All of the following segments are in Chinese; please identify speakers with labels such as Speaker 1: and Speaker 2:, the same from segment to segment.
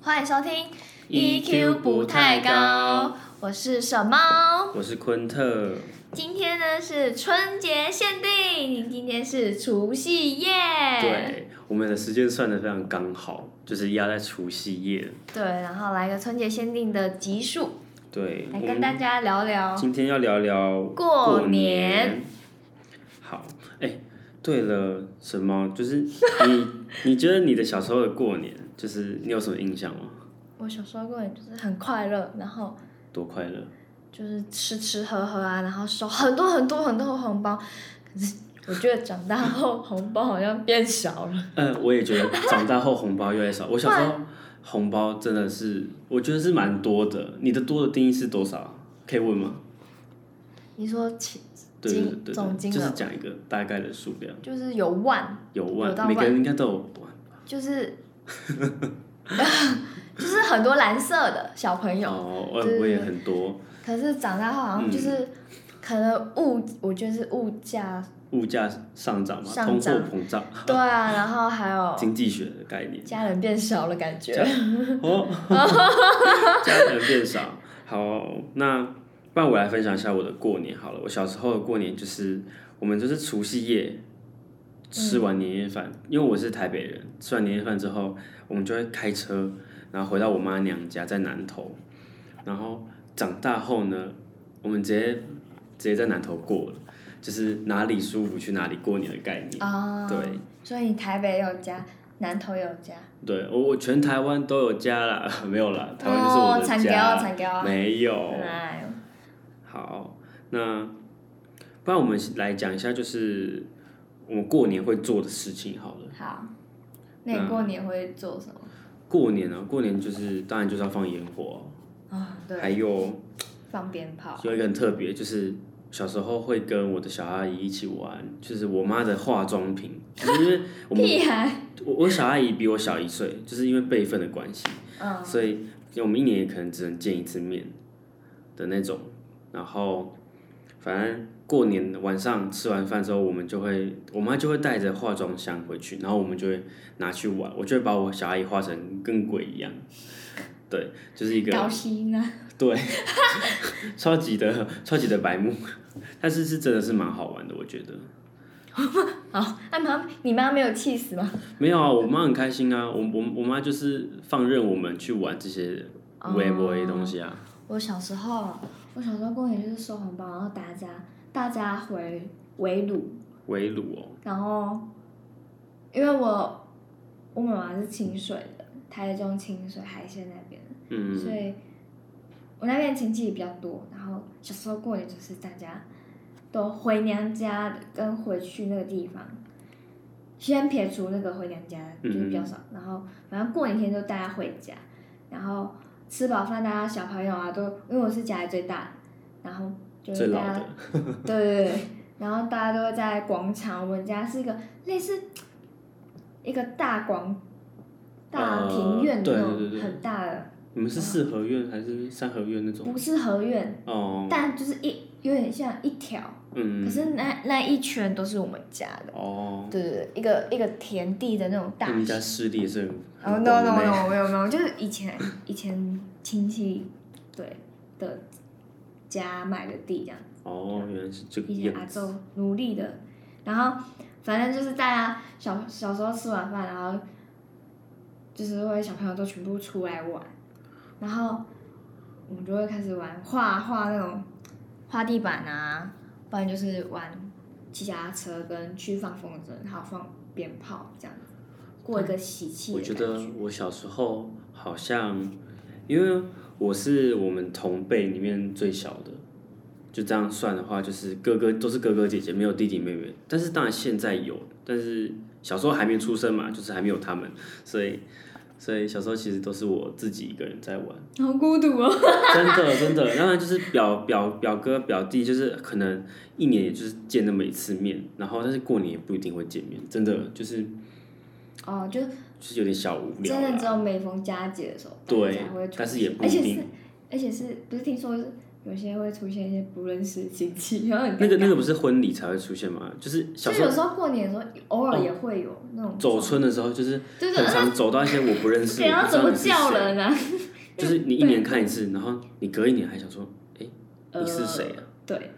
Speaker 1: 欢迎收听 E
Speaker 2: EQ E 不太高，
Speaker 1: 我是小猫。
Speaker 2: 我是昆特，
Speaker 1: 今天呢是春节限定，今天是除夕夜。
Speaker 2: 对，我们的时间算的非常刚好，就是压在除夕夜。
Speaker 1: 对，然后来个春节限定的集数，
Speaker 2: 对，
Speaker 1: 来
Speaker 2: 我
Speaker 1: 跟
Speaker 2: 们
Speaker 1: 大家聊聊。
Speaker 2: 今天要聊聊
Speaker 1: 过年
Speaker 2: 好，哎、对了，什么？就是你，你觉得你的小时候的过年，就是你有什么印象吗？
Speaker 1: 我小时候过年就是很快乐，然后
Speaker 2: 多快乐！
Speaker 1: 就是吃吃喝喝啊，然后收很多很多很多红包。可是我觉得长大后红包好像变少 了。
Speaker 2: 嗯、我也觉得长大后红包越来越少。我小时候红包真的是，我觉得是蛮多的。你的多的定义是多少啊？可以问吗？
Speaker 1: 你说起
Speaker 2: 对对对对
Speaker 1: 总
Speaker 2: 对，
Speaker 1: 金额
Speaker 2: 就是讲一个大概的数量。
Speaker 1: 就是有万，
Speaker 2: 有
Speaker 1: 有到
Speaker 2: 万，每个人应该都有万。
Speaker 1: 就是 就是很多蓝色的小朋友，
Speaker 2: 哦，我
Speaker 1: 对
Speaker 2: 我也很多
Speaker 1: 可是长大后好像就是、
Speaker 2: 嗯
Speaker 1: 可能物，我觉得是物 价，
Speaker 2: 物价上涨嘛，
Speaker 1: 上
Speaker 2: 通货
Speaker 1: 涨
Speaker 2: 膨胀，
Speaker 1: 对啊，然后还有
Speaker 2: 经济学的概念
Speaker 1: 家人变少了感觉
Speaker 2: 家。哦，家人变少。好，那不然我来分享一下我的过年好了。我小时候的过年就是我们就是除夕夜吃完年夜饭，因为我是台北人，吃完年夜饭之后，我们就会开车，然后回到我妈娘家在南头。然后长大后呢，我们直接直接在南头过了，就是哪里舒服去哪里过年的概念。
Speaker 1: 啊、
Speaker 2: 对，
Speaker 1: 所以你台北有家，南投有家，
Speaker 2: 对我我全台湾都有家啦， 没有啦，台湾就是我
Speaker 1: 哦，
Speaker 2: 的
Speaker 1: 惨掉，
Speaker 2: 家，
Speaker 1: 惨掉，
Speaker 2: 没有。
Speaker 1: 哎，
Speaker 2: 好，那不然我们来讲一下，就是我们过年会做的事情好了。
Speaker 1: 好，那你过年会做什么？
Speaker 2: 过年啊，过年就是当然就是要放烟火，
Speaker 1: 啊、
Speaker 2: 还
Speaker 1: 对，
Speaker 2: 有
Speaker 1: 放鞭炮，
Speaker 2: 有一个很特别，就是小时候会跟我的小阿姨一起玩，就是我妈的化妆品，就是因为我 们
Speaker 1: 屁孩，
Speaker 2: 我我小阿姨比我小一岁，就是因为辈分的关系，
Speaker 1: 嗯，
Speaker 2: 所以我们一年也可能只能见一次面的那种。然后，反正过年晚上吃完饭之后，我们就会，我妈就会带着化妆箱回去，然后我们就会拿去玩。我就会把我小阿姨画成跟鬼一样，对，就是一个
Speaker 1: 高薪呢？
Speaker 2: 对，超级的超级的白目，但是是真的是蛮好玩的，我觉得。
Speaker 1: 好，那妈，你妈没有气死吗？
Speaker 2: 没有啊，我妈很开心啊，我我我妈就是放任我们去玩这些微博的东西啊。
Speaker 1: 我小时候，我小时候过年就是收红包，然后大家大家回围炉，
Speaker 2: 围炉哦，
Speaker 1: 然后因为我我妈妈是清水的，台中清水海鲜那边的，呃
Speaker 2: 嗯，
Speaker 1: 所以我那边亲戚比较多。然后小时候过年就是大家都回娘家跟回去那个地方。先撇除那个回娘家就是比较少，然后反正过年前就大家回家，然后吃饱饭，大家小朋友啊都，因为我是家里最大的，然后就是
Speaker 2: 最老
Speaker 1: 大家
Speaker 2: 的，
Speaker 1: 对对对，然后大家都会在广场，我们家是一个类似一个大广大庭院的那
Speaker 2: 呃
Speaker 1: 种
Speaker 2: 对对对对
Speaker 1: 很大的，
Speaker 2: 你们是四合院还是三合院那种？
Speaker 1: 不是合院，
Speaker 2: 哦，
Speaker 1: 但就是一有点像一条，
Speaker 2: 嗯，
Speaker 1: 可是那那一圈都是我们家的，
Speaker 2: 哦，
Speaker 1: 对对对，一个一个田地的那种大
Speaker 2: 那。你家势力也是
Speaker 1: 哦、
Speaker 2: 很
Speaker 1: no
Speaker 2: 广
Speaker 1: no
Speaker 2: 的呢
Speaker 1: no，没有没有，就是以前以前亲戚对的家买的地这样。
Speaker 2: 哦，原来是这个
Speaker 1: 以前阿
Speaker 2: 样子。
Speaker 1: 周啊努力的，然后反正就是大家小小时候吃完饭，然后就是会小朋友都全部出来玩，然后我们就会开始玩画画那种画地板啊，不然就是玩骑脚踏车跟去放风筝，还有放鞭炮这样子，过一个喜气
Speaker 2: 我
Speaker 1: 的
Speaker 2: 觉
Speaker 1: 感觉。
Speaker 2: 得我小时候好像，因为我是我们同辈里面最小的，就这样算的话，就是哥哥都是哥哥姐姐，没有弟弟妹妹。但是当然现在有，但是小时候还没出生嘛，就是还没有他们，所以所以小时候其实都是我自己一个人在玩。
Speaker 1: 好孤独哦。
Speaker 2: 真的真的，当然就是表表表哥表弟，就是可能一年也就是见那么一次面，然后但是过年也不一定会见面，真的就是啊
Speaker 1: 哦，就
Speaker 2: 就是有点小无 聊
Speaker 1: 真的只
Speaker 2: 啦。
Speaker 1: 有每逢佳节的时候，大家
Speaker 2: 对
Speaker 1: 才会，出
Speaker 2: 但是也
Speaker 1: 现
Speaker 2: 不
Speaker 1: 而
Speaker 2: 一
Speaker 1: 且是
Speaker 2: 定。
Speaker 1: 而且是不是听说是有些会出现一些不认识的亲 戚，然后很尴尬
Speaker 2: 那个那个不是婚礼才会出现吗？就是小
Speaker 1: 就
Speaker 2: 时候
Speaker 1: 有时候过年的时候，偶尔也会有那种
Speaker 2: 走村的时候，就是
Speaker 1: 对对
Speaker 2: 很常走到一些我不认识，
Speaker 1: 给
Speaker 2: 我
Speaker 1: 他
Speaker 2: 不
Speaker 1: 怎么
Speaker 2: 知道
Speaker 1: 叫
Speaker 2: 你是谁
Speaker 1: 人啊？
Speaker 2: 就是你一年看一次，然后你隔一年还想说
Speaker 1: 呃
Speaker 2: 你是谁啊？
Speaker 1: 对，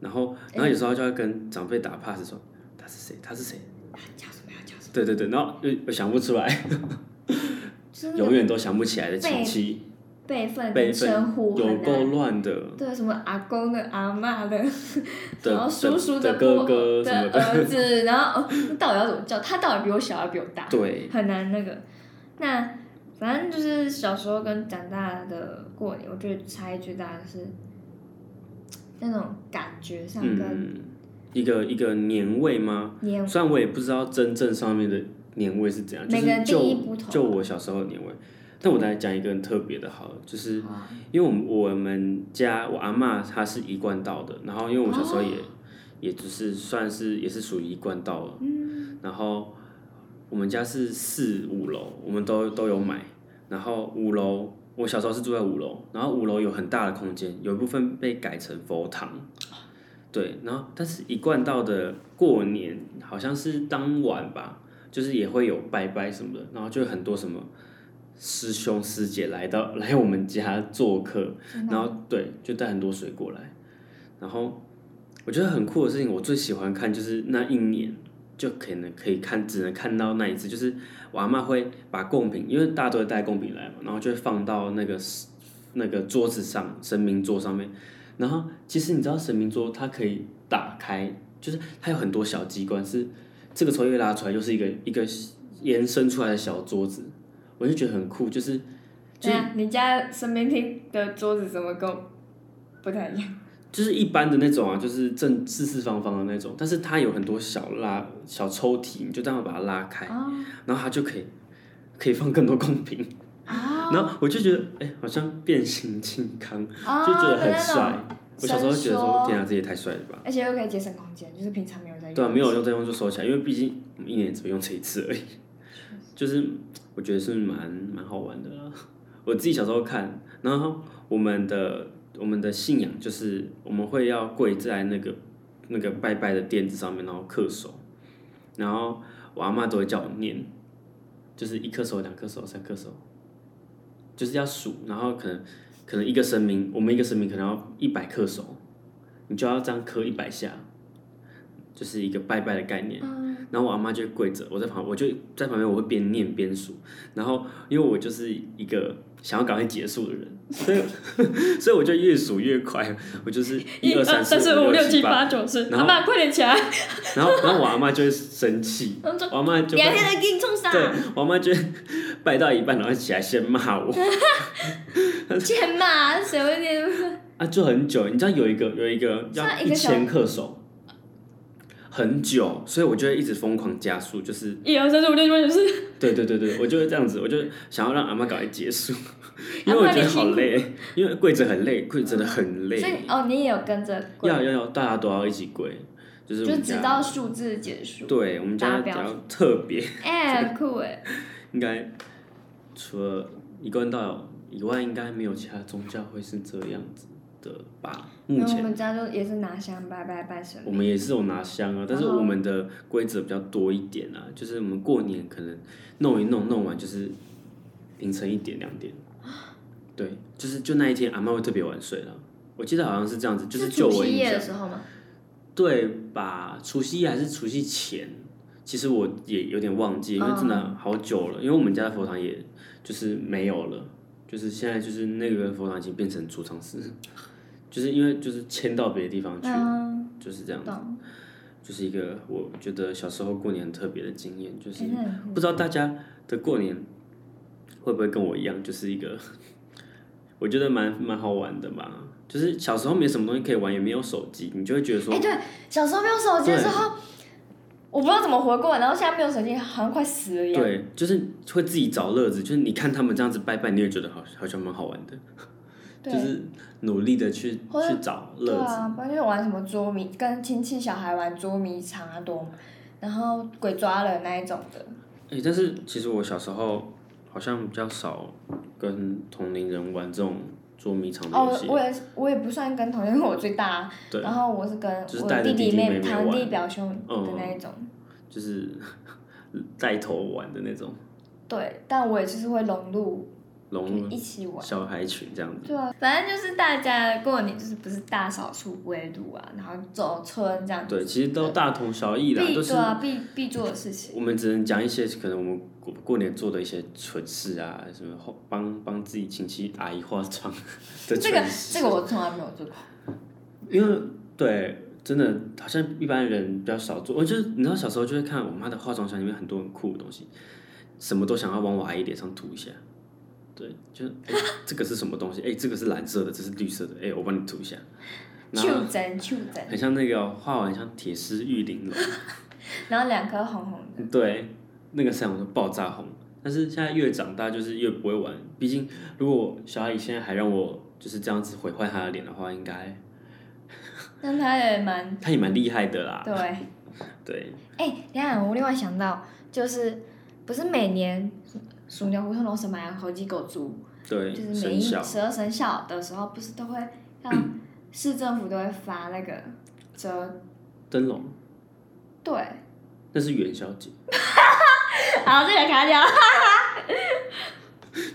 Speaker 2: 然后，然后有时候就要跟长辈打 pass 说他是谁，他是谁，
Speaker 1: 叫什么要叫什么，
Speaker 2: 对对对，然后又又想不出来，
Speaker 1: 就是那
Speaker 2: 永
Speaker 1: 个
Speaker 2: 远都想不起来的亲戚，
Speaker 1: 辈分
Speaker 2: 辈
Speaker 1: 跟
Speaker 2: 分
Speaker 1: 称呼
Speaker 2: 有
Speaker 1: 很
Speaker 2: 够
Speaker 1: 难。
Speaker 2: 乱的
Speaker 1: 对，什么阿公的、阿嬷的，
Speaker 2: 的
Speaker 1: 然后叔叔
Speaker 2: 的
Speaker 1: 伯
Speaker 2: 哥哥什
Speaker 1: 的
Speaker 2: 么的，
Speaker 1: 儿子，然后哦那到底要怎么叫？他到底比我小还是比我大？
Speaker 2: 对，
Speaker 1: 很难那个。那反正就是小时候跟长大的过年，我觉得差异最大的是那种感觉上跟
Speaker 2: 嗯，一个一个年味吗？
Speaker 1: 年、
Speaker 2: 虽然我也不知道真正上面的年味是怎样，就
Speaker 1: 每个人
Speaker 2: 是
Speaker 1: 定义
Speaker 2: 就
Speaker 1: 不同。
Speaker 2: 就我小时候的年味，但我来讲一个很特别的，好了，就是
Speaker 1: 好啊
Speaker 2: 因为我们我们家我阿嬷她是一贯道的，然后因为我小时候也、
Speaker 1: 哦
Speaker 2: 也只是算是也是属于一贯道了，然后我们家是四五楼，我们都都有买，然后五楼我小时候是住在五楼，然后五楼有很大的空间，有一部分被改成佛堂，对，然后但是一贯道的过年好像是当晚吧，就是也会有拜拜什么的，然后就有很多什么。师兄师姐来到 来我们家做客，
Speaker 1: 嗯真的
Speaker 2: 然后对，就带很多水果来。然后我觉得很酷的事情，我最喜欢看就是那一年就可能可以看，只能看到那一次，就是我阿嬷会把贡品，因为大家都会带贡品来嘛，然后就会放到那个 s- 那个桌子上，神明桌上面。然后其实你知道神明桌它可以打开，就是它有很多小机关，是这个抽屉拉出来就是一个一个延伸出来的小桌子，我就觉得很酷，就是就
Speaker 1: 对
Speaker 2: 是
Speaker 1: 啊，你家身边厅的桌子怎么跟我不太一样？
Speaker 2: 就是一般的那种啊，就是正四四方方的那种，但是它有很多小拉小抽屉，你就这样把它拉开，
Speaker 1: 哦
Speaker 2: 然后它就可以可以放更多贡品，
Speaker 1: 啊
Speaker 2: 然后我就觉得哎、好像变形金刚，
Speaker 1: 啊！
Speaker 2: 就觉得很
Speaker 1: 那种
Speaker 2: 帅。我小时候觉得
Speaker 1: 伸缩
Speaker 2: 说，天啊，这也太帅了吧！
Speaker 1: 而且又可以节省空间，就是平常没有人在用。
Speaker 2: 对啊，没有用再用就收起来，因为毕竟我们一年只用这一次而已。就是我觉得是蛮蛮好玩的啦。我自己小时候看，然后我们的我们的信仰就是我们会要跪在那个那个拜拜的垫子上面，然后恪守，然后我阿嬷都会叫我念，就是一颗手、两颗手、三颗手，就是要数，然后可能可能一个神明，我们一个神明可能要一百颗手，你就要这样磕一百下，就是一个拜拜的概念。
Speaker 1: 嗯
Speaker 2: 然后我阿妈就跪着，我在旁，我就在旁边，我会边念边数。然后因为我就是一个想要赶快结束的人，所以 所以我就越数越快，我就是一二三四五六七八。
Speaker 1: 九十
Speaker 2: 然后
Speaker 1: 妈快点起来！
Speaker 2: 然后然后我阿妈就会生气，
Speaker 1: 然后
Speaker 2: 我阿妈就
Speaker 1: 两
Speaker 2: 会
Speaker 1: 天的给你冲上，
Speaker 2: 对我阿妈就会 拜到一半，然后起来先骂我。
Speaker 1: 欠骂谁会 念？
Speaker 2: 啊，就很久。你知道有一个有一个要
Speaker 1: 像一
Speaker 2: 一
Speaker 1: 个小
Speaker 2: 千克手，很久，所以我就会一直疯狂加速，就是
Speaker 1: 一二三四五六七八九十，
Speaker 2: 对对对对，我就会这样子，我就想要让阿妈赶快结束，因
Speaker 1: 阿
Speaker 2: 为
Speaker 1: 嬷
Speaker 2: 我觉得
Speaker 1: 你辛
Speaker 2: 好
Speaker 1: 苦
Speaker 2: 累，因为跪着很累，跪着真的很累
Speaker 1: 所，以哦，你也有跟着跪，
Speaker 2: 要要要，大家都要一起跪，就是我
Speaker 1: 就
Speaker 2: 们
Speaker 1: 直
Speaker 2: 家，
Speaker 1: 到数字结 束。
Speaker 2: 对我们家
Speaker 1: 达
Speaker 2: 比
Speaker 1: 标
Speaker 2: 较特别，
Speaker 1: 哎，很酷哎！
Speaker 2: 应该除了一贯道以外，应该没有其他宗教会是这样子的吧？目
Speaker 1: 然后我。
Speaker 2: 前
Speaker 1: 们家就也是拿香拜拜拜神
Speaker 2: 我们也是有拿香啊，但是我们的规则比较多一点啊，就是我们过年可能弄一弄，弄完就是凌晨一点两点，啊对，就是就那一天阿妈会特别晚睡了，我记得好像是这样子，就是就
Speaker 1: 除
Speaker 2: 我
Speaker 1: 夕
Speaker 2: 印
Speaker 1: 夜的
Speaker 2: 象，
Speaker 1: 时候嘛。
Speaker 2: 对吧？除夕夜还是除夕前，其实我也有点忘记，因为真的好久了，因为我们家的佛堂也就是没有了，就是现在就是那个佛堂已经变成储藏室，就是因为就是迁到别的地方去，
Speaker 1: 嗯，
Speaker 2: 就是这样。
Speaker 1: 懂。
Speaker 2: 就是一个我觉得小时候过年很特别的经验，就是
Speaker 1: 哎那很酷
Speaker 2: 不知道大家的过年会不会跟我一样，就是一个我觉得蛮蛮好玩的吧。就是小时候没什么东西可以玩，也没有手机，你就会觉得说
Speaker 1: 哎，，对，小时候没有手机的时候，我不知道怎么活过来，然后现在没有手机，好像快死了一样。
Speaker 2: 对，就是会自己找乐子。就是你看他们这样子拜拜，你也觉得好好像蛮好玩的，就
Speaker 1: 对。
Speaker 2: 是努力的去
Speaker 1: 或者
Speaker 2: 去找
Speaker 1: 对
Speaker 2: 乐子。
Speaker 1: 啊，不然就是玩什么捉迷，跟亲戚小孩玩捉迷藏啊，多，然后鬼抓人那一种的。
Speaker 2: 哎、但是其实我小时候好像比较少跟同龄人玩这种捉迷藏的游
Speaker 1: 哦
Speaker 2: 戏，，
Speaker 1: 我也是我也不算跟同学，因为我最大啊、
Speaker 2: 对，
Speaker 1: 然后我是跟
Speaker 2: 就是
Speaker 1: 我
Speaker 2: 带着
Speaker 1: 弟
Speaker 2: 弟弟妹
Speaker 1: 妹、
Speaker 2: 妹
Speaker 1: 堂弟、
Speaker 2: 玩
Speaker 1: 表兄的那一种。
Speaker 2: 就是 带头玩的那种
Speaker 1: 对，但我也就是会融入，
Speaker 2: 融入
Speaker 1: 一起玩。
Speaker 2: 小孩群这样子。
Speaker 1: 对啊，反正就是大家过年就是不是大扫除、不围炉啊，然后走村这样子。
Speaker 2: 对，其实都大同小异啦，
Speaker 1: 必
Speaker 2: 都是
Speaker 1: 对啊，必必做的事情。
Speaker 2: 我们只能讲一些可能我们过过年做的一些蠢事啊，什么后帮帮自己亲戚阿姨化妆 的
Speaker 1: 这个
Speaker 2: 蠢事。
Speaker 1: 这个我从来没有做过。
Speaker 2: 因为对，真的好像一般人比较少做。我就是你知道小时候就会看我妈的化妆箱里面很多很酷的东西，什么都想要往我阿姨脸上涂一下。对，就是、哎这个是什么东西？哎、这个是蓝色的，这是绿色的。哎、我帮你涂一下。然后
Speaker 1: 袖珍袖珍，
Speaker 2: 很像那个哦画完像铁丝玉玲珑。
Speaker 1: 然后两颗红红的。
Speaker 2: 对，那个三我都爆炸红。但是现在越长大就是越不会玩，毕竟如果小阿姨现在还让我就是这样子毁坏她的脸的话，应该
Speaker 1: 那他也蛮
Speaker 2: 她也蛮厉害的啦。
Speaker 1: 对。哎、
Speaker 2: 对，
Speaker 1: 等一下我另外想到，就是不是每年鼠牛、虎兔、龙蛇、马、猴、鸡、狗、猪，
Speaker 2: 对，
Speaker 1: 就是每
Speaker 2: 生
Speaker 1: 一
Speaker 2: 肖
Speaker 1: 十二生肖的时候，不是都会让 市政府都会发那个折
Speaker 2: 灯笼
Speaker 1: 对，
Speaker 2: 那是元宵节，
Speaker 1: 好，这个卡掉。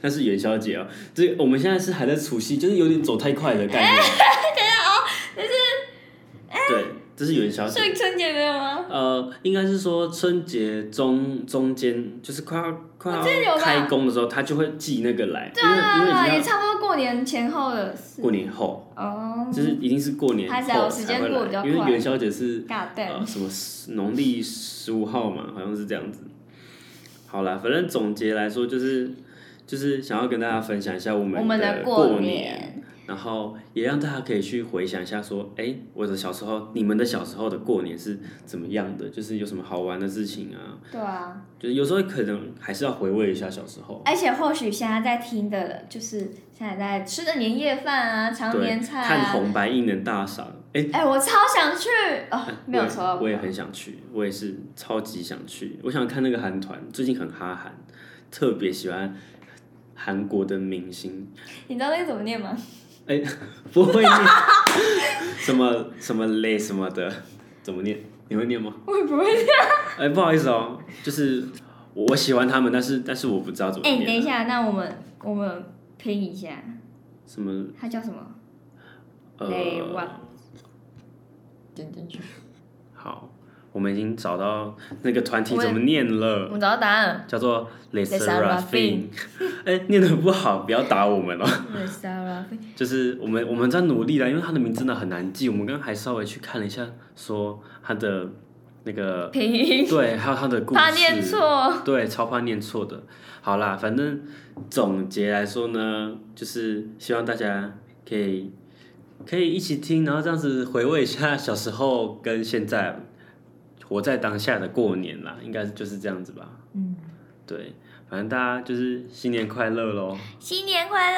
Speaker 2: 那是元宵节哦。这个我们现在是还在除夕，就是有点走太快的概 念。对
Speaker 1: 啊
Speaker 2: 哦，就是对，这是元宵节
Speaker 1: 所。以春节没有吗？
Speaker 2: 呃，应该是说春节中中间，就是快要快
Speaker 1: 我记得哦有
Speaker 2: 要
Speaker 1: 吧
Speaker 2: 开工的时候，他就会寄那个来，
Speaker 1: 对
Speaker 2: 因为因为
Speaker 1: 啊，
Speaker 2: 已
Speaker 1: 也
Speaker 2: 经
Speaker 1: 差不多过年前后的
Speaker 2: 要
Speaker 1: 事。
Speaker 2: 过年后，
Speaker 1: 哦，
Speaker 2: 就是一定是过年
Speaker 1: 还是要
Speaker 2: 后
Speaker 1: 时
Speaker 2: 才
Speaker 1: 间
Speaker 2: 会
Speaker 1: 过得比较
Speaker 2: 来，
Speaker 1: 快
Speaker 2: 因为元宵节是
Speaker 1: 尬蛋
Speaker 2: 呃什么十农历十五号嘛，好像是这样子。好啦，反正总结来说就是就是想要跟大家分享一下我
Speaker 1: 我
Speaker 2: 们
Speaker 1: 们
Speaker 2: 的
Speaker 1: 的
Speaker 2: 过
Speaker 1: 年。
Speaker 2: 然后也让大家可以去回想一下，说，哎、我的小时候，你们的小时候的过年是怎么样的？就是有什么好玩的事情啊？
Speaker 1: 对啊，
Speaker 2: 就是有时候可能还是要回味一下小时候。
Speaker 1: 而且或许现在在听的人，就是现在在吃的年夜饭啊、长
Speaker 2: 对，
Speaker 1: 年菜
Speaker 2: 看
Speaker 1: 啊。
Speaker 2: 红白映能大赏，哎、
Speaker 1: 哎、我超想去哦， 没有抽到
Speaker 2: 我也，我也很想去，我也是超级想去。我想看那个韩团，最近很哈韩，特别喜欢韩国的明星，
Speaker 1: 你知道那个怎么念吗？
Speaker 2: 不会念 什么什么嘞什么的，怎么念？你会念吗？
Speaker 1: 我也不会。
Speaker 2: 哎、不好意思哦，就是我我喜欢他们，但是但是我不知道怎么
Speaker 1: 哎、
Speaker 2: 念。
Speaker 1: 等一下，那我们我们拼一下，
Speaker 2: 什么
Speaker 1: 它叫什么？
Speaker 2: 呃
Speaker 1: 嘞哇点进去。
Speaker 2: 好，我们已经找到那个团体
Speaker 1: 我也
Speaker 2: 怎么念
Speaker 1: 我
Speaker 2: 了，
Speaker 1: 们找到答案了。
Speaker 2: 叫做 l e s e r a f i n
Speaker 1: Serafine
Speaker 2: 哎，念的不好，不要打我们哦。
Speaker 1: 对 Sarah
Speaker 2: 就是我们我们在努力啦，因为他的名字真的很难记。我们刚刚还稍微去看了一下，说他的 那个
Speaker 1: 拼音，
Speaker 2: 对，还有他的故事，
Speaker 1: 怕念错。
Speaker 2: 对，超怕念错的。好啦，反正总结来说呢，就是希望大家可以可以一起听，然后这样子回味一下小时候跟现在活在当下的过年啦，应该就是这样子吧。
Speaker 1: 嗯，
Speaker 2: 对，反正大家就是新年快乐喽，
Speaker 1: 新年快乐，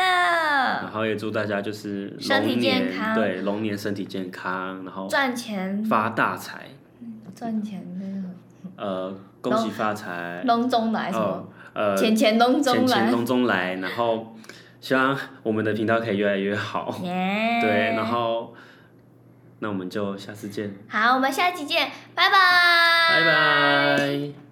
Speaker 2: 然后也祝大家就是龙
Speaker 1: 身体
Speaker 2: 年
Speaker 1: 健康
Speaker 2: 对，龙年身体健康，然后
Speaker 1: 赚钱
Speaker 2: 发大财，
Speaker 1: 赚钱那
Speaker 2: 呃，恭喜发财
Speaker 1: 个，隆中来什么？
Speaker 2: 哦，呃，
Speaker 1: 钱钱隆
Speaker 2: 前
Speaker 1: 中
Speaker 2: 前
Speaker 1: 来，
Speaker 2: 东中来，然后希望我们的频道可以越来越好。
Speaker 1: 耶！
Speaker 2: 对，然后那我们就下次见，
Speaker 1: 好，我们下期见，拜拜，
Speaker 2: 拜
Speaker 1: 拜
Speaker 2: 拜。